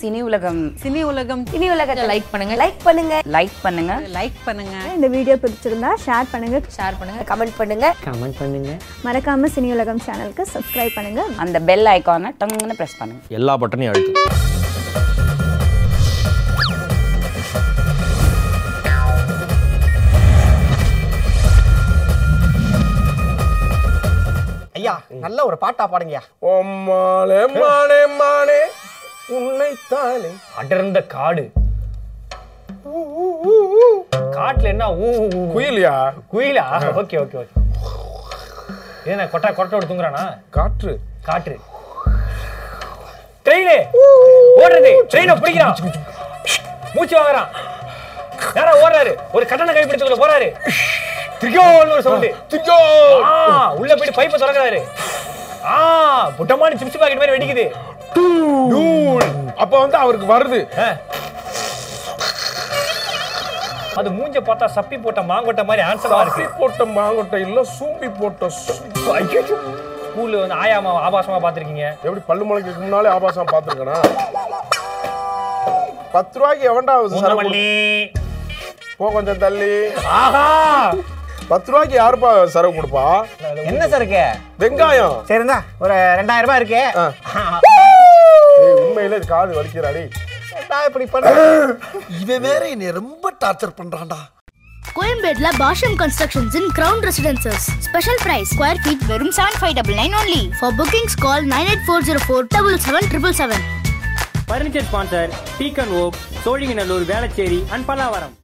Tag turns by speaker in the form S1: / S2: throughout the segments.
S1: Cine உலகம்
S2: சினி உலகம்
S3: இனி உலகத்தை
S4: லைக் பண்ணுங்க
S3: லைக் பண்ணுங்க
S1: லைக் பண்ணுங்க
S2: லைக் பண்ணுங்க
S5: இந்த வீடியோ பிடிச்சிருந்தா ஷேர் பண்ணுங்க
S4: ஷேர் பண்ணுங்க
S3: கமெண்ட் பண்ணுங்க
S6: கமெண்ட் பண்ணுங்க
S5: மறக்காம சினி உலகம் சேனலுக்கு சப்ஸ்கிரைப் பண்ணுங்க
S1: அந்த பெல் ஐகானை டங்குன்னு ப்ரெஸ் பண்ணுங்க
S7: எல்லா பட்டனையும் அழுத்து
S8: ஐயா நல்ல ஒரு பாட்டா பாடுங்கய்யா மாலே மானே மானே உன்னைத்தானே
S9: அடர்ந்த காடு காட்டுல என்ன ஊ ஊ, ஊ.
S8: குயிலியா
S9: குயிலா ஓகே ஓகே ஓகே என்ன கொட்டா கொட்டோட தூங்குறானா
S8: காற்று
S9: காற்று ட்ரெயினு ஓடுறது ட்ரெயினை பிடிக்கிறான் மூச்சு வாங்குறான் யாரா ஓடுறாரு ஒரு கட்டண கைப்பிடிச்சுக்குள்ள போறாரு திரிகோன்னு ஒரு சவுண்டு
S8: திஜோ
S9: ஆ உள்ள போயிட்டு பைப்பை திறக்கிறாரு ஆ புட்டமான சிப்ஸ் பாக்கெட் மாதிரி வெடிக்குது
S8: டூன் அப்ப வந்து அவருக்கு வருது
S9: ஆ. அது மூஞ்ச பார்த்தா சப்பி போட்ட மாங்கொட்டை மாதிரி ஆன்சரா
S8: சப்பி
S9: இருக்கு
S8: போட்ட மாங்கொட்டை இல்ல சூம்பி போட்ட சூ- ஐயோ.
S9: ஸ்கூல்ல வந்து ஆயாமா ஆபாசமா பாத்திருக்கீங்க
S8: எப்படி பல்லு முளைக்கு முன்னாலே ஆபாசம் பாத்துருக்கனா பத்து ரூபாய்க்கு எவன்டா அவன் சரக்கு
S9: மல்லி
S8: கொடு- போ கொஞ்சம் தள்ளி
S9: ஆஹா
S8: பத்து ரூபாய்க்கு யாருப்பா சரக்கு கொடுப்பா
S9: என்ன சார் இருக்கு
S8: வெங்காயம்
S9: சரி இருந்தா ஒரு ரெண்டாயிரம் ரூபாய் இருக்கு
S8: ஆ. ஏய், உண்மையிலே இது காது வலிக்கிறாடி
S9: இப்படி பண்ண
S8: இவன் வேற என்னை ரொம்ப டார்ச்சர் பண்றான்டா
S10: கோயம்பேட்ல Bashyam constructions in ground residences special price square feet வெறும் seven five double nine only for bookings call nine eight four zero four double seven triple seven
S9: furniture sponsor beacon okay Sholinganallur Velachery and Pallavaram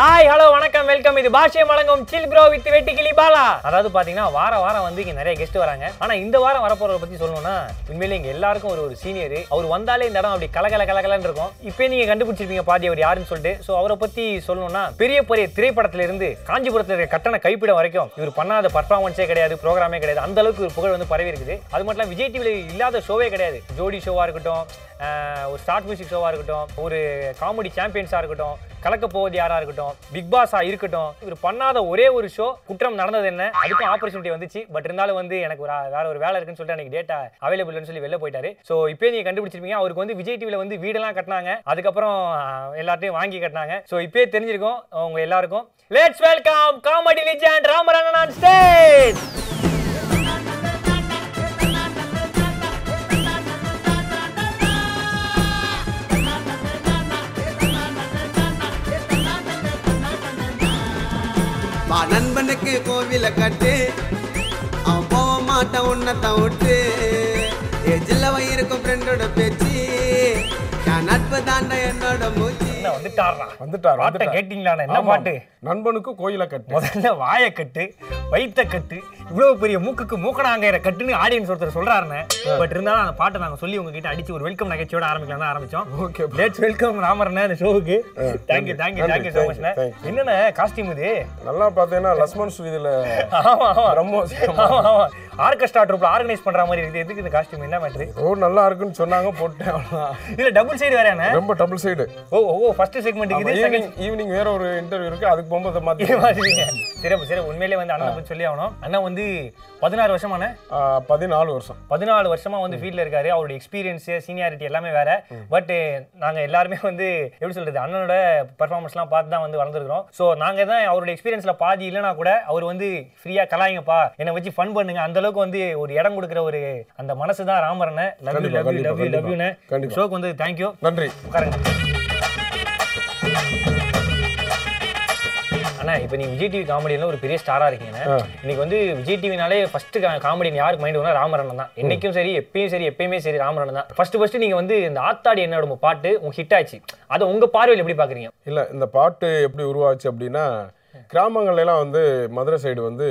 S9: hi hello வணக்கம் welcome இது பாஷ்யம் வழங்கும் chill bro with வெட்டி கிளி பாலா அதாவது பாத்தீங்கன்னா வார வாரம் வந்து இங்க நிறைய கெஸ்ட் வராங்க ஆனா இந்த வாரம் வரப்போறத பத்தி சொல்லணும்னா உண்மையிலே இங்க எல்லாருக்கும் ஒரு ஒரு சீனியர் அவர் வந்தாலே இந்த இடம் அப்படி கலகல கலகலன்னு இருக்கும் இப்போ நீங்க கண்டுபிடிச்சிருப்பீங்க பாதி அவர் யாருன்னு சொல்லிட்டு சோ அவரை பத்தி சொல்லணும்னா பெரிய பெரிய திரைப்படத்துல இருந்து காஞ்சிபுரத்துல இருக்க கட்டண கைப்பிடம் வரைக்கும் இவர் பண்ணாத பர்ஃபார்மன்ஸே கிடையாது ப்ரோக்ராமே கிடையாது அந்த அளவுக்கு ஒரு புகழ் வந்து பரவி இருக்குது அது மட்டும் இல்லாம விஜய் டிவில இல்லாத ஷோவே கிடையாது ஜோடி ஷோவா இருக்கட்டும் ஆஹ் ஒரு ஸ்டார்ட் மியூசிக் ஷோவாக இருக்கட்டும் ஒரு காமெடி சாம்பியன்ஸாக இருக்கட்டும் கலக்க போவது யாராக இருக்கட்டும் பிக் பாஸாக இருக்கட்டும் இவர் பண்ணாத ஒரே ஒரு ஷோ குற்றம் நடந்தது என்ன அதுக்கும் ஆப்பர்ச்சுனிட்டி வந்துச்சு பட் இருந்தாலும் வந்து எனக்கு ஒரு வேற ஒரு வேலை இருக்குன்னு சொல்லிட்டு அன்னைக்கு டேட்டா அவைலபிள்னு சொல்லி வெளில போயிட்டாரு ஸோ இப்போ நீங்கள் கண்டுபிடிச்சிருப்பீங்க அவருக்கு வந்து விஜய் டிவியில் வந்து வீடெல்லாம் கட்டினாங்க அதுக்கப்புறம் ஆஹ், எல்லார்ட்டையும் வாங்கி கட்டினாங்க ஸோ இப்பயே தெரிஞ்சிருக்கும் அவங்க எல்லாருக்கும் லெட்ஸ் வெல்கம் காமெடி லிஜெண்ட் ராமரண்ணன் ஆன் ஸ்டேஜ்
S6: வா நண்பனுக்கு கோவில கட்டு அவன் போக மாட்டான் உன்னை தவிட்டு எஜில்லவன் இருக்கும் ஃப்ரெண்டோட பேச்சு என் நட்பு தாண்டா என்னோட மூச்சு
S9: என்ன வந்துட்டாரா
S8: வந்துட்டார்,
S9: பாட்டை
S8: வந்துட்டார்.
S9: கேட்டிங்களாண்ணா என்ன
S8: ஆமாம்.
S9: பாட்டு
S8: நண்பனுக்கு கோயில கட்டு
S9: முதல்ல வாயை கட்டு வயிற்ற கட்டு இவ்வளவு பெரிய மூக்குக்கு மூக்கணாங்கிற கட்டுன்னு ஆடியன்ஸ் ஒருத்தர் சொல்றாருன்னு பட் இருந்தாலும் அந்த பாட்டை நாங்க சொல்லி உங்ககிட்ட அடிச்சு ஒரு வெல்கம் நகைச்சியோட ஆரம்பிக்கலாம் தான் ஆரம்பிச்சோம்
S8: Okay, bro.
S9: லெட்ஸ் வெல்கம் ராமரண்ணா இந்த ஷோவுக்கு தேங்க்யூ தேங்க்யூ
S8: நன்றி,
S9: thank you
S8: thank
S9: so
S8: you,
S9: much
S8: thank you.
S9: என்னண்ணே காஸ்டியூம் இது
S8: நல்லா பார்த்தீங்கன்னா லஸ்மன் ஸ்வீதியில்
S9: ஆமா ஆமா
S8: ரொம்ப
S9: ஆமா ஆமா ஆர்கெஸ்ட்ரா ட்ரூப்ல ஆர்கனைஸ் பண்ற மாதிரி இருக்குது எதுக்கு இந்த காஸ்டியூம் என்ன மேட்ரு
S8: ஓ நல்லா இருக்குன்னு சொன்னாங்க போட்டேன் அவ்வளவுதான்.
S9: இதுல டபுள் சைடு வேறேண்ணே
S8: ரொம்ப டபுள் சைடு
S9: ஓ ஓ ஃபர்ஸ்ட் செக்மெண்ட் இது செகண்ட்
S8: ஈவினிங் ஈவினிங் வேற ஒரு இன்டர்வியூ இருக்கு அதுக்கு போகும்போது மாத்தி
S9: இது மாதிரிங்க சிறப்பு சிறப்பு உண்மையிலே வந்து அண்ணன் பத்தி சொல்லி ஆகணும் அண்ணன் வந்து பதினாறு வருஷமான
S8: ஆ, பதினாலு வருஷம்
S9: பதினாலு வருஷமா வந்து ஃபீல்டில் இருக்காரு அவருடைய எக்ஸ்பீரியன்ஸு சீனியாரிட்டி எல்லாமே வேற பட் நாங்கள் எல்லாருமே வந்து எப்படி சொல்றது அண்ணனோட பெர்ஃபார்மன்ஸ்லாம் பார்த்து தான் வந்து வளர்ந்துருக்கிறோம் ஸோ நாங்கள் தான் அவருடைய எக்ஸ்பீரியன்ஸில் பாதி இல்லைனா கூட அவர் வந்து ஃப்ரீயாக கலாயிங்கப்பா என்னை வச்சு ஃபன் பண்ணுங்க அந்த அளவுக்கு வந்து ஒரு இடம் கொடுக்குற ஒரு அந்த மனசு தான் ராமரனை லவ் யூ
S8: கண்டிப்பா,
S9: லவ் யூ
S8: கண்டிப்பா,
S9: லவ் யூ லவ் யூன்னு
S8: கண்டிப்பா.
S9: ஷோக்கு வந்து தேங்க்யூ
S8: நன்றி
S9: உட்காருங்க அண்ணா இப்போ நீங்க விஜய் டிவி காமெடியில ஒரு பெரிய ஸ்டாரா இருக்கீங்க
S8: ஆ.
S9: இன்னைக்கு வந்து விஜய் டிவினாலே ஃபர்ஸ்ட் காமெடியன் யாருக்கு மைண்ட் வரும் ராமரணன் தான் என்னைக்கும் சரி எப்பயும் சரி எப்பயுமே சரி ராமரணன் தான் ஃபர்ஸ்ட் ஃபர்ஸ்ட் நீங்க வந்து இந்த ஆத்தாடி என்னோட உங்க பாட்டு உங்க ஹிட் ஆச்சு அதை உங்க பார்வையில் எப்படி பாக்குறீங்க
S8: இல்ல இந்த பாட்டு எப்படி உருவாச்சு அப்படின்னா கிராமங்கள்ல எல்லாம் வந்து மதுரை சைடு வந்து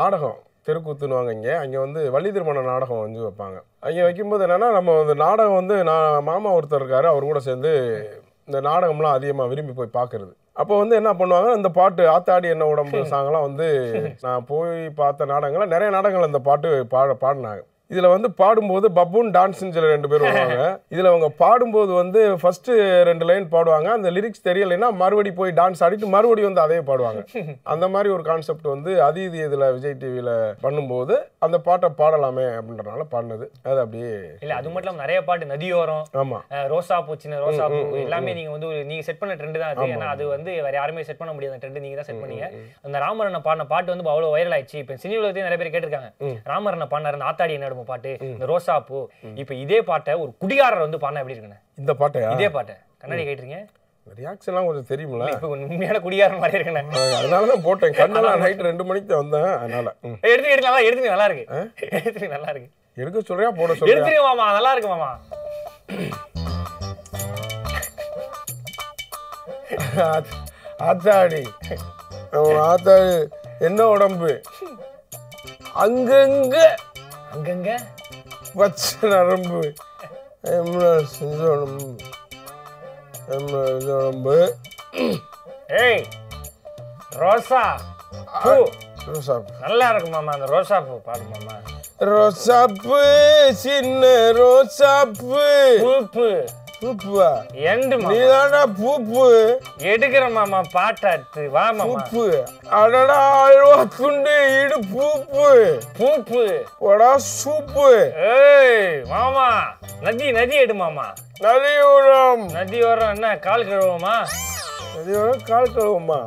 S8: நாடகம் தெருக்கூத்துன்னுவாங்க இங்கே அங்கே வந்து வள்ளி திருமண நாடகம் வந்து வைப்பாங்க அங்கே வைக்கும்போது என்னன்னா நம்ம வந்து நாடகம் வந்து நான் மாமா ஒருத்தர் இருக்காரு அவர் கூட சேர்ந்து இந்த நாடகம்லாம் அதிகமாக விரும்பி போய் பார்க்கறது அப்போ வந்து என்ன பண்ணுவாங்க இந்த பாட்டு ஆத்தாடி என்ன உடம்பு சாங்கெல்லாம் வந்து நான் போய் பார்த்த நாடகங்கள்லாம் நிறைய நாடகங்கள் அந்த பாட்டு பாட பாடினாங்க இதுல வந்து பாடும்போது பப்பூன் டான்ஸ்னு சொல்லி ரெண்டு பேர் வருவாங்க இதுல அவங்க பாடும்போது வந்து ஃபர்ஸ்ட் ரெண்டு லைன் பாடுவாங்க அந்த லிரிக்ஸ் தெரியலைன்னா மறுபடி போய் டான்ஸ் ஆடிட்டு மறுபடியும் வந்து அதே பாடுவாங்க அந்த மாதிரி ஒரு கான்செப்ட் வந்து அது இது இதுல விஜய் டிவியில பண்ணும்போது அந்த பாட்டை பாடலாமே அப்படின்றனால பாடினது அது அப்படியே
S9: இல்ல அது மட்டும் இல்லாம நிறைய பாட்டு நதியோரம்
S8: ஆமா
S9: அஹ், ரோசா பூ சின்ன ரோசா பூ எல்லாமே நீங்க வந்து ஒரு- நீங்க செட் பண்ண ட்ரெண்ட் தான் அது ஏன்னா அது வந்து வேற யாருமே செட் பண்ண முடியாத ட்ரெண்ட் நீங்க தான் செட் பண்ணீங்க அந்த ராமரண்ண பாடின பாட்டு வந்து இப்ப அவ்வளவு வைரல் ஆயிடுச்சு இப்ப சினி உலகத்தையும் நிறைய பேர் கேட்டிருக்காங்க ராமரண்ண பாடினாரு அந்த ஆத்தாடி என்ன பாட்டு இந்த ரோசா பூ இப்ப இதே பாட்டை ஒரு குடிகாரர் வந்து பாடினா எப்படி இருக்குண்ணே
S8: இந்த பாட்டையா
S9: இதே பாட்டை கண்ணாடி கேட்டிருக்கீங்க
S8: ரியாக்ஷன் எல்லாம் கொஞ்சம் தெரியுமில்ல
S9: இப்ப உண்மையான குடிகாரன் மாதிரி இருக்குண்ணே
S8: அதனாலதான் போட்டேன் கண்ணெல்லாம் நைட் ரெண்டு மணிக்கு தான் வந்தேன் அதனால ம்.
S9: எடுத்து எடுக்கலாம் எடுத்து நல்லா இருக்கு எடுத்து நல்லா இருக்கு
S8: எடுக்க சொல்றியா போட சொல்றியா
S9: எடுத்துருங்க மாமா நல்லா இருக்கு மாமா
S8: ஆத்- ஆத்தாடி அவன் ஆத்தாடி என்ன உடம்பு அங்கங்க
S9: அங்கங்க
S8: பச்சை நரம்பு எம்னா செஞ்ச உடம்பு எம்னா செஞ்ச உடம்பு
S9: ஏய் ரோசா பூ
S8: ரோசாப்பு
S9: நல்லா இருக்கு மாமா அந்த ரோசா பூ பாடு மாமா
S8: ரோசாப்பு சின்ன ரோசாப்பு
S9: பூப்பு
S8: பூப்புவா
S9: எண்டு மாமா
S8: நீதானா பூப்பு
S9: எடுக்கிற மாமா பாட்டை எடுத்து வா மாமா
S8: பூப்பு அடடா அழுவா துண்டு இடு பூப்பு
S9: பூப்பு
S8: போடா சூப்பு
S9: ஏய் மாமா நதி நதி எடு மாமா
S8: நலியுரம்
S9: நதி ஓரம் என்ன கால் கழுவுமா
S8: இதுவரை கால் கழுவுமா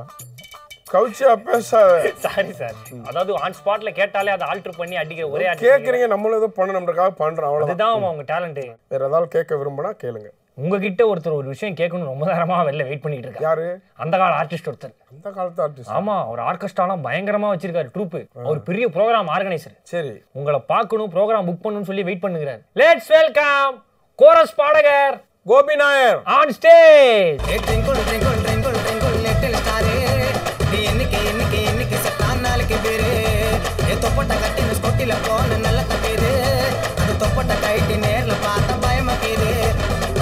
S8: கவுச்சியா பேசாத
S9: சாரி சார் அதாவது ஆன் ஸ்பாட்ல கேட்டாலே அதை ஆல்டர் பண்ணி அடிக்கிற ஒரே ஆட்டம்
S8: கேக்குறீங்க நம்மளும் ஏதோ பண்ணணும்ன்றக்காக பண்றோம் அவ்வளவுதான்
S9: அதுதான் மாமா உங்க டேலண்ட்
S8: வேற ஏதாவது கேட்க விரும்பினா கேளுங்க
S9: உங்ககிட்ட ஒருத்தர் ஒரு விஷயம் கேட்கணும் ரொம்ப நேரமா வெளில வெயிட் பண்ணிட்டு இருக்காரு
S8: யாரு
S9: அந்த கால ஆர்டிஸ்ட் ஒருத்தர்
S8: அந்த காலத்து ஆர்டிஸ்ட்
S9: ஆமா அவர் ஆர்கெஸ்ட்ராலாம் பயங்கரமா வச்சிருக்காரு ட்ரூப் அவர் பெரிய ப்ரோக்ராம் ஆர்கனைசர்
S8: சரி
S9: உங்களை பார்க்கணும் ப்ரோக்ராம் புக் பண்ணணும்னு சொல்லி வெயிட் பண்ணுகிறார் லெட்ஸ் வெல்கம் கோரஸ் பாடகர்
S8: Gopi Nair
S9: on stage
S2: twinkle twinkle twinkle twinkle little ஸ்டாரே நீ என்னைக்கு என்னைக்கு என்னைக்கு சட்டா நாளைக்கு பேரு ஏ தொப்பட்ட கட்டி மிஸ் கொட்டில போன நல்ல தப்பேது அது தொப்பட்ட கைட்டு நேர்ல பார்த்தா பயமாக்குது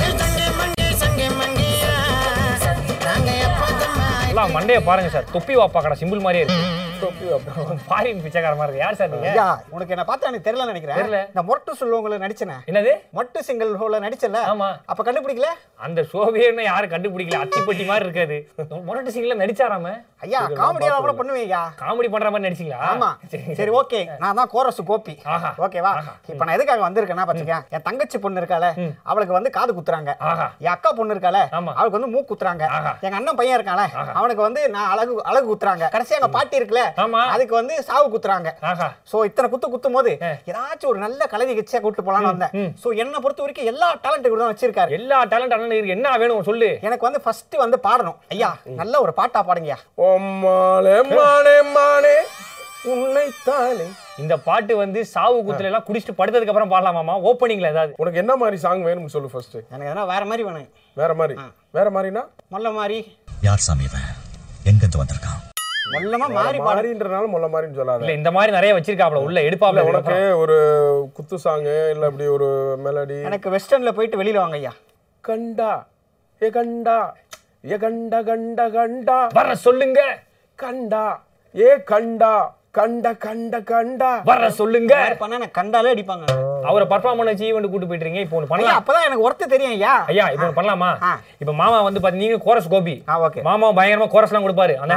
S2: ஏ சங்கே மங்கே சங்கே மங்கே நாங்க எப்போதுமா
S9: எல்லாம் மண்டைய பாருங்க சார் தொப்பி வாப்பா கடை சிம்பிள் மாதிரியே இருக்கு
S8: தொப்பி வைப்பாங்க.
S9: பாரின் பிச்சைக்காரமா இருக்கு யார் சார் நீங்க
S3: ஐயா உனக்கு என்ன பார்த்தா எனக்கு தெரியல நினைக்கிறேன்
S9: தெரியல.
S3: இந்த மொட்டு சொல்லுவங்களை நடிச்சனே
S9: என்னது
S3: மொட்டு சிங்கல் ஹோல நடிச்சல
S9: ஆமா.
S3: அப்ப கண்டுபிடிக்கல
S9: அந்த சோபியே இன்னும் யாரும் கண்டுபிடிக்கல அத்திப்பட்டி மாதிரி இருக்காது மொரட்டு சீன்ல நடிச்சாராம
S3: ஐயா காமெடியா கூட பண்ணுவேன் ஐயா
S9: காமெடி பண்ற மாதிரி நடிச்சீங்களா
S3: ஆமா சரி ஓகே நான் தான் கோரஸ் கோபி
S9: ஆஹா.
S3: ஓகேவா இப்ப நான் எதுக்காக வந்திருக்கேன்னா பாத்துக்க என் தங்கச்சி பொண்ணு இருக்கால அவளுக்கு வந்து காது குத்துறாங்க
S9: ஆஹா.
S3: என் அக்கா பொண்ணு இருக்கால
S9: ஆமா.
S3: அவளுக்கு வந்து மூக்கு குத்துறாங்க
S9: ஆஹா.
S3: எங்க அண்ணன் பையன் இருக்கால அவனுக்கு வந்து நான் அழகு அழகு குத்துறாங்க கடைசியா எங்க பாட்டி இருக்குல்ல
S9: ஆமா.
S3: அதுக்கு வந்து சாவு குத்துறாங்க
S9: ஆஹா
S3: சோ இத்தனை குத்து குத்தும் போது ஏதாச்சும் ஒரு நல்ல கலை நிகழ்ச்சியா கூட்டு போலாம்னு வந்தேன் சோ என்ன பொறுத்த வரைக்கும் எல்லா டேலண்ட் தான் வச்சிருக்காரு
S9: எல்லா டேலண்ட் அண்ணன் இருக்கு என்ன வேணும் சொல்லு
S3: எனக்கு வந்து ஃபர்ஸ்ட் வந்து பாடணும் ஐயா நல்ல ஒரு பாட்டா பாடுங்கயா
S8: ஓம் மாலே மானே மானே உன்னை தானே
S9: இந்த பாட்டு வந்து சாவு குத்துல எல்லாம் குடிச்சிட்டு படுத்ததுக்கு அப்புறம் பாடலாமாமா ஓப்பனிங்ல ஏதாவது
S8: உனக்கு என்ன மாதிரி சாங் வேணும்னு சொல்லு ஃபர்ஸ்ட்
S3: எனக்கு எதனா வேற மாதிரி வேணும்
S8: வேற மாதிரி வேற மாதிரினா
S3: மொல்ல மாதிரி
S4: யார் சாமி இவன் எங்கிருந்து வந்திருக்கான்
S3: மொல்லமா மாறி பாடு
S8: மாதிரின்றனால முல்ல மாதிரின்னு
S9: இல்ல
S8: சொல்லாத
S9: இந்த மாதிரி நிறைய வச்சிருக்காப்ல உள்ள எடுப்பாப்ல
S8: இல்ல உனக்கு
S9: உனக்கு
S8: ஒரு குத்து சாங்கு இல்ல இப்படி ஒரு மெலடி
S3: எனக்கு வெஸ்டர்ன்ல போயிட்டு வெளியில வாங்க ஐயா
S8: கண்டா ஏ கண்டா ஏ கண்ட கண்ட கண்டா
S9: வர சொல்லுங்க
S8: கண்டா ஏ கண்டா கண்ட கண்ட கண்டா
S9: வர சொல்லுங்க
S3: வேற பண்ணா எனக்கு கண்டாலே அடிப்பாங்க
S9: அவரை பர்ஃபார்ம் பண்ண வச்சு ஈவெண்ட் கூட்டு போயிட்டு இருக்கீங்க இப்போ ஒண்ணு
S3: ஐயா
S9: பண்ணலாம்
S3: அப்பதான் எனக்கு ஒருத்தர் தெரியும் ஐயா
S9: ஐயா இப்போ ஒண்ணு பண்ணலாமா
S3: ஆ.
S9: இப்போ மாமா வந்து பாத்தீங்க கோரஸ் கோபி
S3: ஆ, okay.
S9: மாமா பயங்கரமா கோரஸ் எல்லாம் கொடுப்பாரு அந்த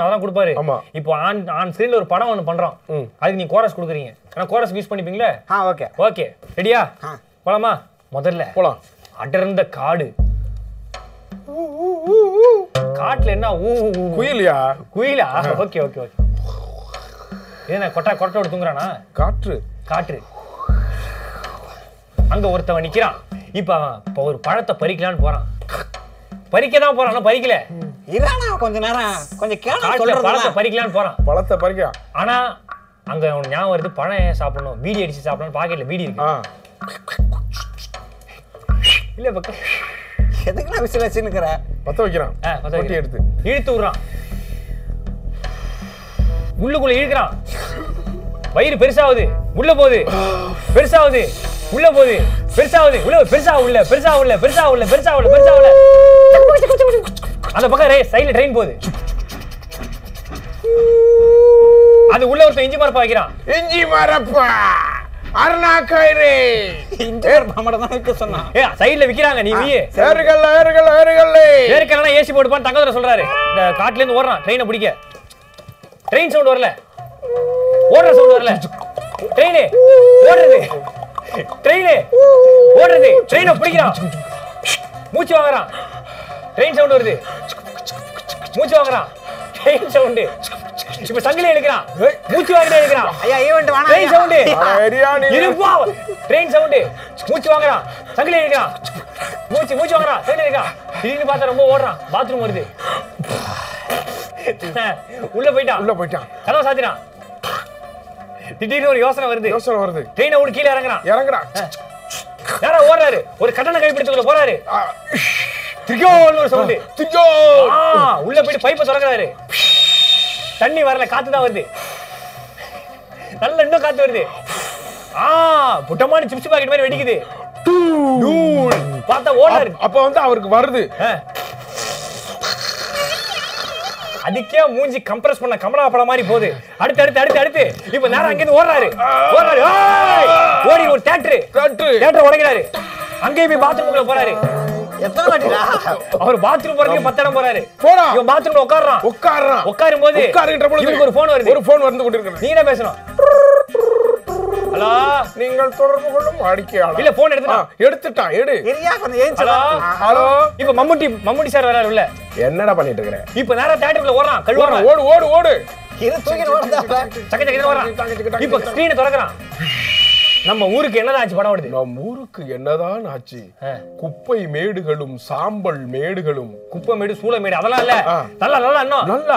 S9: அதெல்லாம் கொடுப்பாரு
S8: ஆமா.
S9: இப்போ ஆன் ஆன் ஸ்கிரீன்ல ஒரு படம் ஒண்ணு பண்றோம் அதுக்கு நீங்க கோரஸ் கொடுக்குறீங்க ஆனா கோரஸ் யூஸ் பண்ணிப்பீங்களே
S3: ஆ ஓகே
S9: ஓகே ரெடியா
S3: ஆ.
S9: போலாமா முதல்ல
S8: போலாம்
S9: அடர்ந்த காடு காட்டுல என்ன ஊ ஊ, ஊ.
S8: குயிலியா
S9: குயிலா ஓகே ஓகே ஓகே என்ன கொட்டா கொரட்டோட தூங்குறானா
S8: காற்று
S9: காற்று அங்க ஒருத்தவன் நிக்கிறான் இப்ப அவன் இப்ப ஒரு பழத்தை பறிக்கலான்னு போறான் பறிக்க தான் போறான் ஆனா பறிக்கல
S3: இதானா கொஞ்ச நேரம் கொஞ்சம் கேட்டா
S9: காட்டுல பழத்தை
S3: சொல்றது
S9: பறிக்கலான்னு போறான்
S8: பழத்தை பறிக்கா
S9: ஆனா அங்க அவனுக்கு ஞாபகம் வருது பழம் ஏன் சாப்பிடணும் பீடி அடிச்சு சாப்பிடணும் பாக்கெட்ல பீடி
S8: ஆ
S9: இருக்கு இல்ல இப்ப
S3: எதுக்கு நான் விசில் வச்சுன்னுக்கிற
S8: பத்த வைக்கிறான்
S9: ஆ, பத்த
S8: கொட்டி
S9: வைக்கிறான்.
S8: எடுத்து
S9: இழுத்து விடுறான் உள்ளுக்குள்ள இழுக்கிறான் வயிறு பெருசாகுது உள்ள போகுது பெருசாகுது உள்ள போகுது பெருசாகுது உள்ள பெருசா உள்ள பெருசா உள்ள பெருசா உள்ள பெருசா உள்ள பெருசா உள்ள அந்த பக்கம் ரே சைடுல ட்ரெயின் போகுது அது உள்ள ஒருத்தன் இஞ்சி மரப்பா வைக்கிறான்
S8: இஞ்சி மரப்பா அருணா கயிறு
S3: இன்டர் மாமட தான் இருக்க சொன்னா
S9: ஏ சைடுல விக்கிறாங்க நீ வீ
S8: ஏறுகல்ல ஏறுகல்ல ஏறுகல்ல
S9: ஏற்கனவே ஏசி போட்டுப்பான்னு தங்கதுரை சொல்றாரு இந்த காட்டுல இருந்து ஓடுறான் ட்ரெயினை பிடிக்க ட்ரெயின் சவுண்ட் வரல ஓடுற சவுண்ட் வரல ட்ரெயினு ஓடுறது ட்ரெயினு ஓடுறது ட்ரெயினை பிடிக்கிறான் மூச்சு வாங்குறான் ட்ரெயின் சவுண்ட் வருது மூச்சு வாங்குறான் ட்ரெயின் சவுண்டு இப்ப சங்கிலி இழுக்கிறான் மூச்சு வாங்கிட்டே இழுக்கிறான்
S3: ஐயா ஈவென்ட் வேணாம்
S9: ட்ரெயின்
S3: ஐயா.
S9: சவுண்டு
S8: ஏரியா நீ
S9: இருப்பா ட்ரெயின் சவுண்டு மூச்சு வாங்குறான் சங்கிலி இழுக்கிறான் மூச்சு மூச்சு வாங்குறான் சங்கிலி இழுக்கிறான் திடீர்னு பார்த்தா ரொம்ப ஓடுறான் பாத்ரூம் வருது உள்ள போயிட்டான்
S8: உள்ள போயிட்டான்
S9: கதவை சாத்தினான் திடீர்னு ஒரு யோசனை வருது
S8: யோசனை வருது
S9: ட்ரெயினை விட்டு கீழே இறங்குறான்
S8: இறங்குறா
S9: யாரா ஓடுறாரு ஒரு கட்டண கைப்பிடிச்சுக்குள்ள போறாரு திரிகோன்னு ஒரு சவுண்டு
S8: திஜோ
S9: ஆ, உள்ள போயிட்டு பைப்பை திறக்கிறாரு தண்ணி வரல காத்து தான் வருது நல்ல இன்னும் காத்து வருது ஆ புட்டமான சிப்ஸ் பாக்கெட் மாதிரி வெடிக்குது பார்த்தா ஓடுறாரு
S8: அப்ப வந்து அவருக்கு வருது
S9: ஆ. அதுக்கே மூஞ்சி கம்ப்ரஸ் பண்ண கமலா படம் மாதிரி போகுது அடுத்து அடுத்து அடுத்து அடுத்து இப்ப நேரம் அங்கிருந்து ஓடுறாரு ஓடுறாரு ஓய்! ஓடி ஒரு தேட்டரு
S8: Theatre.
S9: தேட்டர் உடைக்கிறாரு அங்கேயே போய் பாத்ரூம்குள்ள போறாரு
S3: எத்தனை வாட்டிடா
S9: அவர் பாத்ரூம் போறதுக்கு பத்து இடம் போறாரு
S8: போறான்.
S9: இவன் பாத்ரூம்ல உட்கார்றான்
S8: உட்கார்றான்
S9: உட்காரும் போது
S8: உட்காருகின்ற பொழுது
S9: இவருக்கு ஒரு போன் வருது
S8: ஒரு போன் வந்து கொண்டிருக்கிறது
S9: நீ என்ன பேசணும் ஹலோ
S8: நீங்கள் தொடர்பு கொள்ளும் வாடிக்கையாளர்
S9: இல்ல phone எடுத்துட்டான்.
S8: ஆ, எடுத்துட்டான் எடு
S3: பெரியா கொஞ்சம் ஏஞ்சு
S9: ஹலோ
S8: ஹலோ
S9: இப்ப மம்முட்டி மம்முட்டி சார் வராரு உள்ள
S8: என்னடா பண்ணிட்டு இருக்கிற
S9: இப்ப நேரா தேட்டருக்குள்ள ஓடுறான் கழுவான்
S8: ஓடு ஓடு ஓடு
S3: இது தூக்கிட்டு ஓடுதா
S9: சக்க சக்க ஓடுறான் இப்ப ஸ்கிரீனை திறக்கிறான் நம்ம ஊருக்கு என்னதான் ஆச்சு படம் ஓடுது
S8: நம் ஊருக்கு என்னதான் ஆச்சு
S9: ஆ.
S8: குப்பை மேடுகளும் சாம்பல் மேடுகளும்
S9: குப்பை மேடு சூளை மேடு அதெல்லாம் இல்ல
S8: ஆ.
S9: நல்லா நல்லா இன்னும்
S8: நல்லா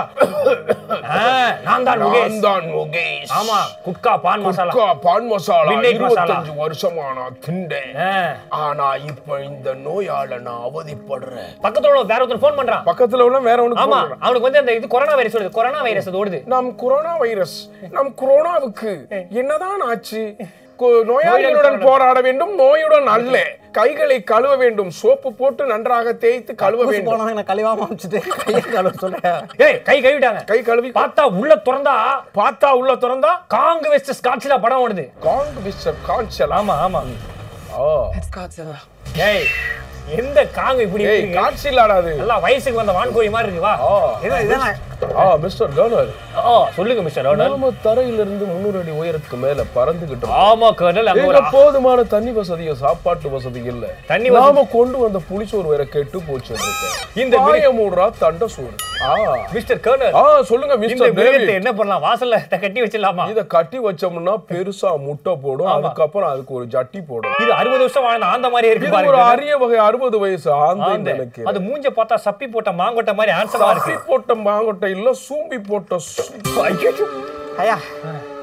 S9: ஆ, நான் தான் முகேஷ்
S8: நான் தான் முகேஷ்
S9: ஆமா குட்கா பான் மசாலா
S8: குட்கா, பான் மசாலா
S9: Midnight மசாலா.
S8: இருபத்தஞ்சு வருஷமா நான் திண்டேன்
S9: ஆ,
S8: ஆனா இப்ப இந்த நோயால நான் அவதிப்படுறேன்
S9: பக்கத்துல உள்ள வேற ஒருத்தர் ஃபோன் பண்றான்
S8: பக்கத்துல உள்ள வேற ஒண்ணு
S9: ஆமா அவனுக்கு வந்து அந்த இது கொரோனா வைரஸ் ஓடுது கொரோனா வைரஸ் அது ஓடுது
S8: நாம் கொரோனா வைரஸ் நம் கொரோனாவுக்கு என்னதான் ஆச்சு கொ- நோயாளிகளுடன் போராட வேண்டும் நோயுடன் அல்ல கைகளை கழுவ வேண்டும் சோப்பு போட்டு நன்றாக தேய்த்து கழுவ
S3: ஊசி
S8: வேண்டும்
S3: போனவங்க கழிவாம அமைச்சிட்டு கையை கழுவ சொல்றேன்
S9: ஏய் கை கழுவிட்டாங்க
S8: கை கழுவி
S9: பார்த்தா உள்ள திறந்தா
S8: பார்த்தா உள்ள திறந்தா
S9: காங்கு வெஸ்ட் ஸ்காட்சில படம் ஓடுது
S8: காங் விஸ்வ காஞ்சலா
S9: ஆமா ஆமா
S8: ஓ
S9: ஏய் எந்த காங்கு இப்படி
S8: ஏய்
S9: இருக்கு?
S8: காட்சிலாடா அது
S9: நல்லா வயசுக்கு வந்த வான்கோழி மாதிரி இருக்கு வா
S8: ஆ
S3: இதான் இதான்
S8: ஆ மிஸ்டர் கர்னர்
S9: ஓ சொல்லுங்க மிஸ்டர் ரோனல்
S8: நாம தரையிலிருந்து முந்நூறு அடி உயரத்துக்கு மேல பறந்துகிட்டோம்
S9: ஆமா கர்னல் அங்க
S8: எங்க
S9: ஒரு
S8: போதுமான தண்ணி வசதியும் சாப்பாட்டு வசதி இல்ல
S9: தண்ணி
S8: நாம கொண்டு வந்த புளிச்சோறு வேற கெட்டு போச்சு
S9: இந்த
S8: இந்த
S9: மிரு-
S8: மாய மூடுறா தண்ட சோறு ஆ
S9: மிஸ்டர் கர்னல்
S8: ஆ சொல்லுங்க
S9: இந்த
S8: மிஸ்டர்
S9: மிருகத்தை
S8: டேவிட்
S9: என்ன பண்ணலாம் வாசல்ல த- கட்டி வச்சிடலாமா
S8: இத கட்டி வச்சோம்னா பெருசா முட்டை போடும் அதுக்கப்புறம் அதுக்கு ஒரு ஜட்டி போடும்
S9: இது அறுபது வருஷம் வாழ்ந்த ஆந்த மாதிரி இருக்கு
S8: இது ஒரு
S9: பாருங்க
S8: அரிய வகை அறுபது வயசு ஆந்தை
S9: ஆந்தை.
S8: எனக்கு
S9: அது மூஞ்ச பார்த்தா சப்பி போட்ட மாங்கொட்டை மாதிரி ஆன்சமா இருக்கு
S8: போட்ட மாங்கொட்டை இல்ல சூம்பி போட்ட சு- ஐயையோ.
S3: ஐயா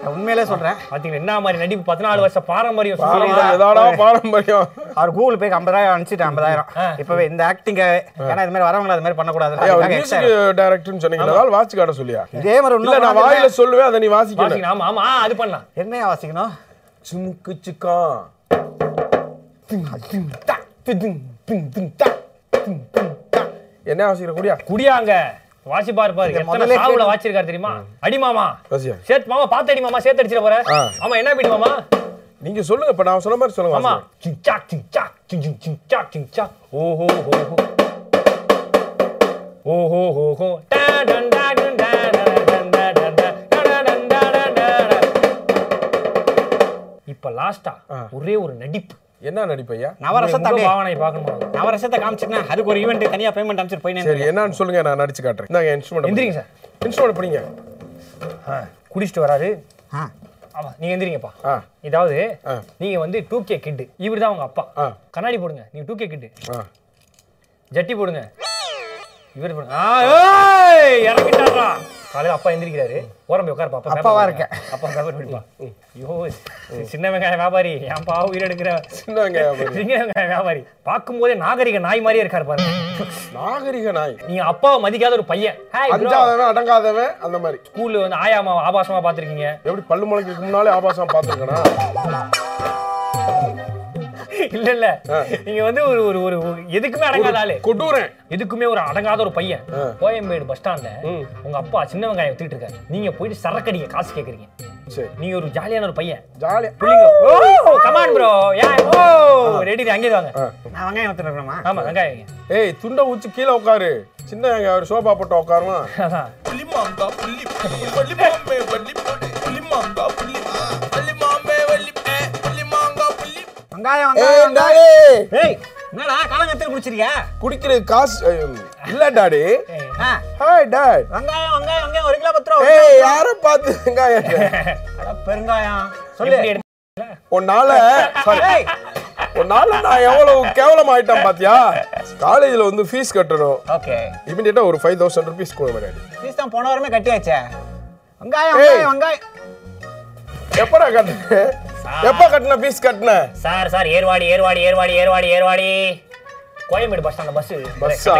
S3: நான் உண்மையிலே சொல்றேன்
S9: பாத்தீங்கன்னா என்ன மாதிரி நடிப்பு பதினாலு வருஷம் பாரம்பரியம் சொல்றீங்க.
S8: பாரம்பரியம், எதாடா பாரம்பரியம்
S3: அவர் கூகுள் பேக்கு ஐம்பதாயிரம் அனுப்பிச்சிட்டேன் ஐம்பதாயிரம் இப்பவே இந்த ஆக்டிங்க ஏன்னா இது மாதிரி வரவங்கள அது மாதிரி பண்ணக்கூடாது
S8: ஐயா, ஒரு
S3: அதுக்காக extra.
S8: மியூசிக் டைரக்டர்னு சொன்னீங்க அதாவது வாட்ச் காட்ட சொல்லியா
S3: இதே மாதிரி
S8: இல்ல
S3: இன்னொரு
S8: நான்
S3: வாத்தியார்
S8: வாயில சொல்லுவேன் அதை நீ வாசிக்கணும்
S9: வாசிக்கணும். ஆமா ஆமா ஆ, அது பண்ணலாம்
S3: என்னையா வாசிக்கணும்
S8: சுமுக்கு சுக்கா திங், திங், தா, திதிங், திங், திங், தா, திங், திங், தா. என்ன வாசிக்கிற கூடியா
S9: குடியாங்க வாசிப்பா இருப்பாரு எத்தனை
S3: முதல்ல
S9: சாவுல
S3: கேட்டு-
S9: வாச்சிருக்காரு தெரியுமா அடிமாமா
S8: வாசியா?
S9: சேத் மாமா பாத்து அடி மாமா சேத்து அடிச்சிட போற
S8: ஆ.
S9: ஆமா என்ன பீட்டு மாமா
S8: நீங்க சொல்லுங்க இப்ப நான் சொன்ன மாதிரி சொல்லுங்க
S9: ஆமா
S8: வாசிக்கிறேன்.
S9: சிங்சாக் சிங்சாக் சிங் சிங் சிங்சாக் சிங்சாக் ஓஹோ ஹோ ஹோ ஓஹோ ஹோ ஹோ டா டன் டா டன் டா டன் டன் டா டன் டா டா டா டன் டா டா டா டா. இப்ப லாஸ்டா
S8: ஆ.
S9: ஒரே ஒரு நடிப்பு
S8: என்ன நடிப்பையா
S3: நவரசத்தை
S9: உங்க
S3: அப்படியே
S9: பாவனை பார்க்கணுமா
S3: நவரசத்தை காமிச்சுனா அதுக்கு ஒரு ஈவெண்ட் தனியா பேமெண்ட் அமைச்சிட்டு
S8: சரி
S3: போயினேன்
S8: என்னன்னு சொல்லுங்க நான் நடிச்சு காட்டுறேன் நாங்க இன்ஸ்ட்ருமெண்ட்
S9: எந்திரிங்க சார்.
S8: இன்ஸ்ட்ருமெண்ட் படிங்க
S9: குடிச்சிட்டு வராரு
S3: ஆ.
S9: ஆமா நீங்க எந்திரிங்கப்பா
S8: ஆ.
S9: இதாவது
S8: ஆ.
S9: நீங்க வந்து டூ கே கிட்டு இவர் தான் உங்க அப்பா
S8: ஆ.
S9: கண்ணாடி போடுங்க நீங்க டூ கே கிட்டு
S8: ஆ.
S9: ஜட்டி போடுங்க இவர் போடுங்க ஆ, ஏய், இறங்கிட்டாரா காலையில அப்பா எந்திரிக்கிறாரு ஓரம் போய் உட்காருப்பா அப்பா
S3: அப்பாவா
S9: பேப்பர் படிப்பா. அப்பா பேப்பர் படிப்பா ஐயோ சின்ன வெங்காய வியாபாரி ஏன்பா உயிர் எடுக்கிற
S8: சின்ன வெங்காயம் பாரு.
S9: சின்ன வெங்காய வியாபாரி பார்க்கும்போதே நாகரிக நாய் மாதிரியே இருக்காரு பாருங்க
S8: நாகரிக நாய்
S9: நீங்க அப்பாவை மதிக்காத ஒரு பையன் ஹாய் bro.
S8: அஞ்சாதவன் அடங்காதவன் அந்த மாதிரி
S9: ஸ்கூல்ல வந்து ஆயாமா ஆபாசமா பாத்திருக்கீங்க
S8: எப்படி பல்லு முளைக்கு முன்னாலே ஆபாசம் பாத்துருக்கனா
S9: இல்ல இல்ல நீங்க வந்து ஒரு ஒரு ஒரு ஒரு எதுக்குமே அடங்காத ஆளு
S8: கொடூரன்
S9: எதுக்குமே ஒரு அடங்காத ஒரு பையன் கோயம்பேடு பஸ் ஸ்டாண்ட்ல உங்க அப்பா சின்ன வெங்காயம் வித்துட்டு இருக்காரு நீங்க போயிட்டு சரக்கடிங்க காசு கேக்குறீங்க
S8: சரி
S9: நீங்க ஒரு ஜாலியான ஒரு பையன்
S8: ஜாலியா
S9: புள்ளிங்க ஓ கமான் ப்ரோ யா ஓ ரெடி அங்கே வாங்க
S3: நான் வெங்காயம் ஊத்துறேன்மா
S9: ஆமா வெங்காயம்
S8: ஏய் துண்டை ஊச்சி கீழே உட்காரு சின்ன எங்க ஒரு சோபா போட்டு உட்காருவான்
S9: அதான்
S2: புலி மாம்பா புலி புலி மாம்பே வள்ளி புலி மாம்பா புலி புலி மாம்பே வள்ளி புலி மாங்கா புலி
S3: வெங்காயம்
S8: ஏய்
S3: வெங்காயம்
S8: டாடி
S3: ஏய் என்னடா காலங்கத்தில் குடிச்சிருக்கியா
S8: குடிக்கிற காசு ஐயோ, இல்ல டாடி
S3: ஆ,
S8: ஹாய் டாட்
S3: வெங்காயம் வெங்காயம் வெங்காயம் ஒரு கிலோ பத்து ரூபா
S8: ஏய் யார பார்த்து வெங்காயம் எடு?
S3: அட, பெருங்காயம் சொல்லு
S9: எப்படி எடுத்து-
S8: உன்னால
S3: ஏய்,
S8: உன்னால நான் எவ்வளவு கேவலம் ஆயிட்டேன் பாத்தியா காலேஜ்ல வந்து ஃபீஸ் கட்டணும்
S3: ஓகே
S8: இமிடியேட்டா ஒரு ஃபைவ் தௌசண்ட் ருபீஸ் கொடுங்க டாடி
S3: ப்ளீஸ் தான் போன வாரமே கட்டியாச்சே வெங்காயம்
S8: ஏய்.
S3: வெங்காயம் வெங்காயம்
S8: எப்படா கட்டின எப்ப கட்டின ஃபீஸ் கட்டின
S9: sir sir Ervadi Ervadi Ervadi Ervadi Ervadi Koyambedu bus stand bus
S8: பஸ்ஸா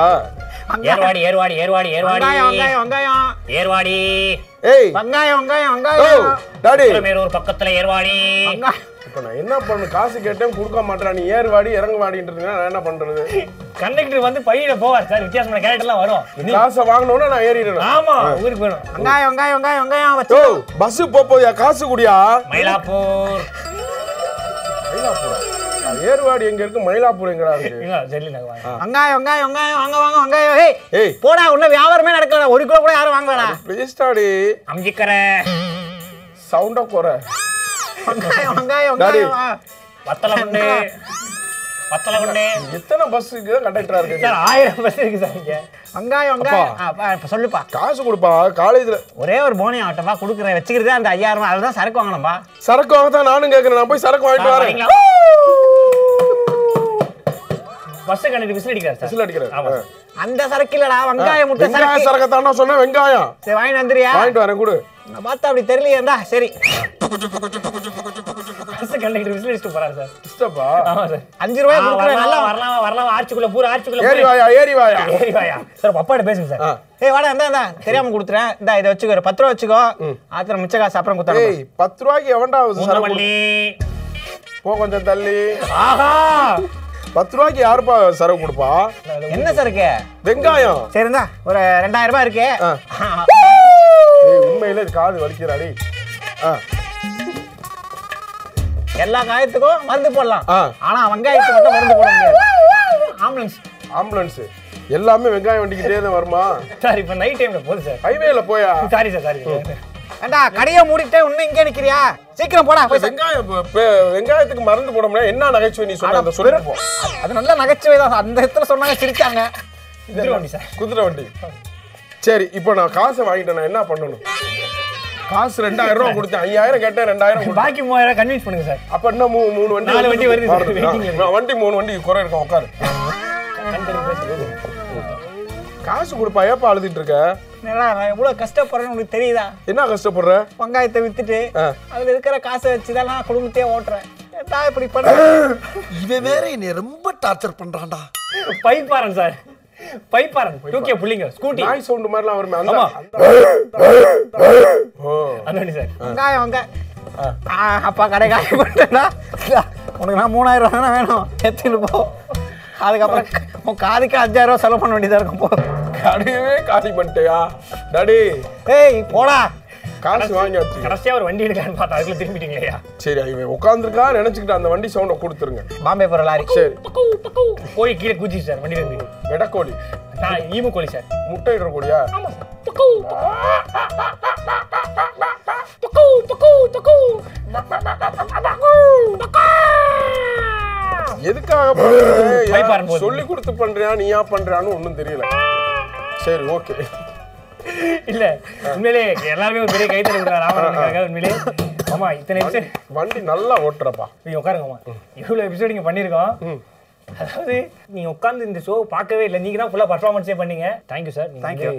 S9: ஏர்வாடி ஏர்வாடி ஏர்வாடி
S3: வெங்காயம்
S9: ஏர்வாடி
S3: வெங்காயம் வெங்காயம்
S9: ஏர்வாடி
S8: ஏய்
S3: வெங்காயம் வெங்காயம்
S8: ஓ
S3: வெங்காயம்
S8: டாடி
S9: மேரூர் பக்கத்துல ஏர்வாடி
S3: வெங்காயம்
S8: இப்போ நான் என்ன பண்ணு காசு கேட்டேன் கொடுக்க மாட்டேன் நீ ஏறுவாடி இறங்குவாடின்றதுனா நான் என்ன பண்றது
S9: கண்டக்டர் வந்து பையில போவார் சார் வித்தியாசமான கேரக்டர்லாம் வரும்
S8: நீ காசை வாங்கணும்னா நான் ஏறிடணும்
S9: ஆமா ஊருக்கு போயிடும்
S3: வெங்காயம் வெங்காயம் வெங்காயம் வெங்காயம் வச்சு
S8: ஓ பஸ் போப்போதியா காசு குடியா
S9: மயிலாப்பூர்
S8: மயிலாப்பூரா அது ஏறுவாடி எங்க இருக்கு மயிலாப்பூர் எங்கடா இருக்கு
S9: இங்க செல்லி நகை வாங்க.
S3: வெங்காயம் வெங்காயம் வெங்காயம் வாங்க வாங்க வெங்காயம் ஏய்
S8: ஏய்
S3: போடா இன்னும் வியாபாரமே நடக்கல ஒரு கிலோ கூட யாரும் வாங்கலடா
S8: ப்ளீஸ் டாடி
S9: அம்ஜிக்கரை
S8: சவுண்டா குறை
S3: வெங்காயம் வெங்காயம்
S8: டாடி.
S3: வெங்காயம் ஆ.
S9: வத்தல உண்டு வத்தல உண்டு
S8: எத்தனை பஸ்ஸுக்கு தான் கண்டக்டரா இருக்கு
S9: சார் ஆயிரம் பஸ் இருக்கு சார் இங்க
S3: வெங்காயம் வெங்காயம் ஆ, பா, இப்ப சொல்லுப்பா
S8: காசு கொடுப்பா காலேஜ்ல
S3: ஒரே ஒரு போனி ஆட்டப்பா குடுக்குறேன் வச்சுக்கிறதே அந்த ஐயாயிரம் ரூபாய் அதுதான் சரக்கு வாங்கணும்பா
S8: சரக்கு வாங்க தான் நானும் கேட்கறேன் நான் போய் சரக்கு வாங்கிட்டு வரேன்
S9: பஸ் கண்டிட்டு விசில் அடிக்கிறார் சார்
S8: விசில் அடிக்கிறேன்
S9: ஆமா.
S8: ஆ.
S3: அந்த சரக்கு இல்லடா வெங்காயம் முட்டை
S8: வெங்காய
S3: சரக்கு
S8: சரக்கு தாண்டா சொன்னேன் வெங்காயம்
S3: சரி வாங்கிட்டு வந்துறியா
S8: வாங்கிட்டு வரேன் கொடு
S3: நான் பார்த்தா அப்படி தெரியலையாண்டா சரி
S9: பஸ் கண்டக்டர் விசில் அடிச்சுட்டு போறாரு சார்
S8: டிஸ்டர்பா
S9: ஆமா சார்
S3: அஞ்சு ரூபாய்
S9: ஆ,
S3: கொடுக்குறேன் நல்லா வா.
S9: வரலாம் வரலாம் வரலாம் ஆர்ச்சிக்குள்ள பூரா ஆர்ச்சிக்குள்ள
S8: ஏறி
S9: பூரா.
S8: வாயா ஏறி வாயா
S9: ஏறி வாயா சார் உங்க அப்பாட்ட பேசுங்க சார்
S8: ஆ.
S3: ஏய் வாடா இந்தா இந்தா தெரியாம கொடுத்துறேன் இந்தா இதை வச்சுக்கோ ஒரு பத்து ரூபா வச்சுக்கோ ஆத்திரம் மிச்ச காசு அப்புறம் கொடுத்தாங்க
S8: ஏய் பத்து ரூபாய்க்கு எவன்டா ஒரு சரக்கு கொடு-
S9: பூந்தமல்லி
S8: போ கொஞ்சம் தள்ளி
S9: ஆஹா
S8: பத்து ரூபாய்க்கு யாருப்பா சரக்கு கொடுப்பா
S3: என்ன சரக்கு
S8: வெங்காயம்
S3: சரி இந்தா ஒரு ரெண்டாயிரம் ரூபாய் இருக்கு
S8: ஆ. ஏய் உண்மையிலே இது காது வலிக்கிறாடி ஆ
S3: எல்லா காயத்துக்கும் மருந்து போடலாம்
S8: ஆ.
S3: ஆனா வெங்காயத்துக்கு மட்டும் மருந்து போட முடியாது ஆம்புலன்ஸ்
S8: ஆம்புலன்ஸ் எல்லாமே வெங்காயம் வண்டிக்கிட்டே தான் வருமா
S9: சார் இப்போ நைட் டைம்ல போகுது சார்
S8: ஹைவேல போயா
S9: சாரி சார் சாரி சார்
S3: ஏண்டா கடையை மூடிட்டு இன்னும் இங்கே நிக்கிறியா சீக்கிரம் போடா போய்
S8: வெங்காயம் ப- ப- வெங்காயத்துக்கு மருந்து போட முடியாது என்ன நகைச்சுவை நீ சொன்ன அந்த சொல்லிருப்போம்
S3: அது நல்ல நகைச்சுவை தான் அந்த இடத்துல சொன்னாங்க சிரிச்சாங்க
S9: திருவண்டி சார்
S8: குதிரை வண்டி சரி இப்போ நான் காசை வாங்கிட்டேன் நான் என்ன பண்ணணும் காசு ரெண்டாயிரம் ரூபா கொடுத்தேன் ஐயாயிரம் கேட்டேன் ரெண்டாயிரம் கொடுத்தேன்
S9: பாக்கி மூவாயிரம் கன்வின்ஸ் பண்ணுங்க சார்
S8: அப்ப என்ன மூணு மூணு வண்டி
S9: நாலு வண்டி வருது.
S8: வருது.
S9: waiting ல இருக்கு.
S8: நான் வண்டி மூணு வண்டி குறை இருக்கும் உட்காரு
S9: கண் பண்ணி பேசுங்க
S8: காசு கொடுப்பா ஏப்பா அழுதுட்டு இருக்க
S3: என்னடா நான் எவ்வளவு கஷ்டப்படுறேன்னு உனக்கு தெரியுதா
S8: என்ன கஷ்டப்படுற
S3: வெங்காயத்தை வித்துட்டு
S8: ஆ.
S3: அதுல இருக்கிற காசை வச்சு தான் நான் குடும்பத்தையே ஓட்டுறேன் ஏண்டா இப்படி பண்ண
S6: இவன் வேற என்னை ரொம்ப டார்ச்சர் பண்றான்டா
S9: பைப்பாரன் சார் பைப்பாரன் டூகே புள்ளிங்க ஸ்கூட்டி
S8: நாய் சவுண்ட் மாதிரிலாம் வருமே அந்த
S9: ஆமா.
S8: ஓ.
S9: அதானி சார்
S3: வெங்காயம் வெங்காய ஆ, அப்பா கடை காய பண்ணிட்டா உனக்கு நான் மூணாயிரம் ரூபா தானே வேணும் எடுத்துட்டு போ அதுக்கப்புறம் உன் காதுக்கு அஞ்சாயிரம் ரூபா செலவு பண்ண வேண்டியதா இருக்கும் போ
S8: கடையவே காலி பண்ணிட்டியா டாடி
S3: ஏய் போடா
S8: காசு வாங்கி வச்சு
S9: கடைசியா ஒரு வண்டி எடுக்கான்னு பார்த்தா அதுக்குள்ள திரும்பிட்டீங்களா
S8: சரி இவன் உட்காந்துருக்கா நினைச்சுக்கிட்டு அந்த வண்டி சவுண்டை கொடுத்துருங்க
S3: பாம்பே போற லாரி
S8: சரி
S9: போய் கீழே குதிச்சு சார் வண்டியில இருந்து
S8: வெடக்கோழி
S9: நான் ஈமு கோழி சார்
S8: முட்டை இடக்கூடியா எதுக்காக பண்ற?
S9: பைப்பாரன்
S8: யார்
S9: போகுது.
S8: சொல்லி கொடுத்து பண்றியா நீயா பண்றியான்னு ஒண்ணும் தெரியல சரி ஓகே
S9: இல்ல உண்மையிலே எல்லாருமே ஒரு பெரிய கைத்தறி விடுறாரு ராமநாதனுக்காக உண்மையிலே ஆமா இத்தனை எபிசோட்
S8: வண்டி நல்லா ஓட்டுறப்பா
S9: நீங்க உட்காருங்கம்மா இவ்வளவு எபிசோட் நீங்க பண்ணிருக்கோம் அதாவது நீங்க உட்கார்ந்து இந்த ஷோ பார்க்கவே இல்லை நீங்க தான் ஃபுல்லா பர்ஃபார்மன்ஸே பண்ணீங்க தேங்க்யூ சார் தேங்க்யூ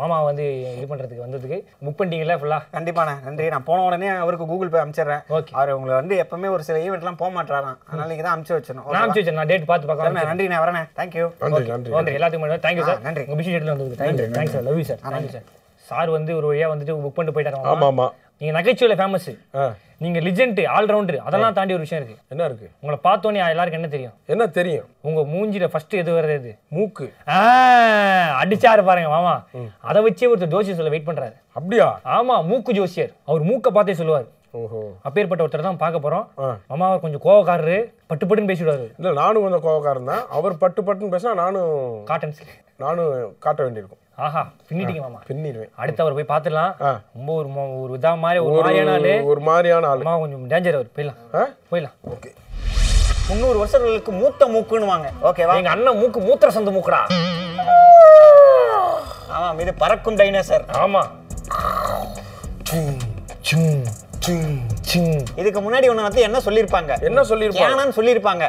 S9: மாமா வந்து இது பண்றதுக்கு வந்ததுக்கு புக் பண்ணிட்டீங்களா ஃபுல்லா
S3: கண்டிப்பாண்ணே நன்றி நான் போன உடனே அவருக்கு கூகுள் பே அனுப்பிச்சிடுறேன்
S9: Okay.
S3: அவர் உங்களை வந்து எப்பவுமே ஒரு சில ஈவெண்ட்லாம் போக மாட்டாராம் அதனால நீங்க தான் அனுப்பிச்சு
S9: நான்
S3: வச்சிடணும்
S9: அனுப்பிச்சு வச்சேன் நான் டேட் பார்த்து பார்க்கலாம்
S3: நன்றி நான் வரேன் தேங்க்யூ
S8: நன்றி நன்றி
S9: ஓகே எல்லாத்துக்கும் தேங்க்யூ சார்
S3: ஆ, நன்றி.
S9: உங்க பிசி டேட்ல வந்ததுக்கு thank you thanks sir love you sir thank you sir sir வந்து ஒரு வழியா வந்துட்டு புக் பண்ணிட்டு
S8: ஆமா
S9: போயிட்டாங்க
S8: ஆமா
S9: நீங்க நகைச்சுவையில ஃபேமஸ்
S8: ஆ
S9: நீங்க லிஜெண்ட் ஆல்ரவுண்டர் அதெல்லாம் தாண்டி ஒரு விஷயம் இருக்கு
S8: என்ன இருக்கு
S9: உங்களை பார்த்தோன்னே எல்லாருக்கும் என்ன தெரியும்
S8: என்ன தெரியும்
S9: உங்க மூஞ்சில ஃபர்ஸ்ட் எது வருது எது
S8: மூக்கு
S9: ஆ, அடிச்சாரு பாருங்க மாமா அதை வச்சே ஒருத்தர் ஜோசியர் சொல்ல வெயிட் பண்றாரு
S8: அப்படியா
S9: ஆமா மூக்கு ஜோசியர் அவர் மூக்க பார்த்தே சொல்லுவார்
S8: ஓஹோ
S9: அப்பேற்பட்ட ஒருத்தர் தான் பார்க்க போறோம்
S8: ஆ.
S9: மாமா அவர் கொஞ்சம் கோவக்காரரு பட்டு பட்டுன்னு பேசிடுவாரு
S8: இல்ல நானும் கொஞ்சம் கோவக்காரன் தான் அவர் பட்டு பட்டுன்னு பேசினா நானும்
S9: காட்டன் silk.
S8: நானும் காட்ட வேண்டியிருக்கும்
S9: ஆஹா பின்னிட்டீங்க மாமா
S8: பின்னிடுவேன்
S9: அடுத்து அவர் போய் பார்த்துடலாம்
S8: ஆ.
S9: ரொம்ப ஒரு மோ- ஒரு இதா மாதிரி ஒரு
S8: ஒரு
S9: மாதிரியான ஆளு
S8: ஒரு மாதிரியான ஆளு
S9: மாமா கொஞ்சம் டேஞ்சர் அவர் போயிடலாம்
S8: ஆ?
S9: போயிடலாம்
S3: முந்நூறு வருஷங்களுக்கு மூத்த மூக்குன்னுவாங்க ஓகேவா
S9: எங்க அண்ணன் மூக்கு மூத்திர சந்து மூக்குடா
S3: ஆமாம் இது பறக்கும் டைனோசர்
S9: ஆமா
S3: இதுக்கு முன்னாடி ஒன்று வந்து என்ன சொல்லியிருப்பாங்க
S8: என்ன சொல்லியிருப்பாங்க
S3: யானன்னு சொல்லியிருப்பாங்க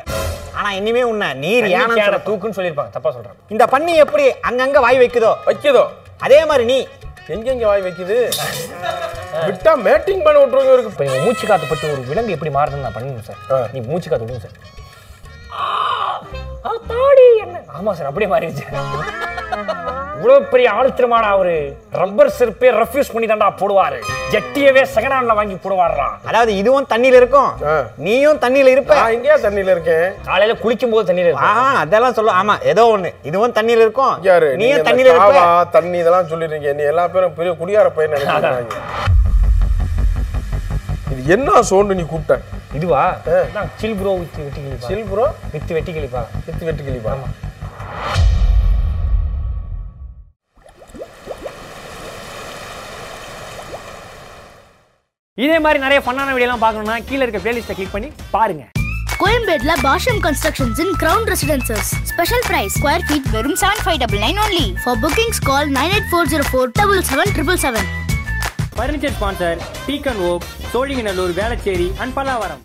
S3: ஆனா இனிமே உன்ன நீர் யானை
S9: யானை தூக்குன்னு சொல்லியிருப்பாங்க தப்பா சொல்றேன்
S3: இந்த பன்னி எப்படி அங்கங்க வாய் வைக்குதோ
S8: வைக்கதோ
S3: அதே மாதிரி நீ
S8: எங்கெங்க வாய் வைக்குது விட்டா மேட்டிங் பண்ண விட்டுருவங்க இருக்கு
S9: இப்போ நீங்க மூச்சு காத்து பட்டு ஒரு விலங்கு எப்படி மாறுதுன்னு நான் பண்ணணும்
S8: ஆ.
S9: சார் நீ மூச்சு காத்து விடுங்க சார் ஆ, ஆ, தாடி என்ன ஆமா சார் அப்படியே மாறிடுச்சு இவ்வளவு பெரிய ஆளுத்திரமான அவரு ரப்பர் செருப்பே ரெஃப்யூஸ் பண்ணி தாண்டா போடுவாரு ஜட்டியவே செகண்ட் ஹேண்ட்ல வாங்கி போடுவாரா
S3: அதாவது இதுவும் தண்ணியில இருக்கும்
S8: ஆ.
S3: நீயும் தண்ணியில இருப்ப
S8: நான் எங்கேயா தண்ணியில இருக்கேன்
S9: காலையில குளிக்கும் போது தண்ணீர் இருக்கும்.
S3: ஆஹா அதெல்லாம் சொல்ல ஆமா ஏதோ ஒண்ணு இதுவும் தண்ணியில இருக்கும்
S8: யாரு நீங்க
S3: நீயும்
S8: இந்த
S3: தண்ணியில இருப்ப
S8: காவா, தண்ணி இதெல்லாம் சொல்லிருக்கீங்க நீ எல்லா பேரும் பெரிய குடியார பையன் நினைக்கிறாங்க இது என்ன சோண்டு நீ கூப்பிட்ட
S9: இதுவா சில் ப்ரோ வித் வெட்டி கிளிப்பா
S8: சில் ப்ரோ
S9: வித் வெட்டி கிளிப்பா
S8: வித்து வெட்டு கிளிப்பா
S9: ஆமா இதே மாதிரி நிறைய ஃபன்னான வீடியோலாம் பார்க்கணும்னா கீழே இருக்க பிளேலிஸ்ட்டை கிளிக் பண்ணி பாருங்க
S10: கோயம்பேட்ல Bashyam constructions in ground residences special price square feet வெறும் seven five double nine only for bookings call nine eight four zero four double seven triple seven
S9: furniture sponsor deacon okay Sholinganallur Velachery and Pallavaram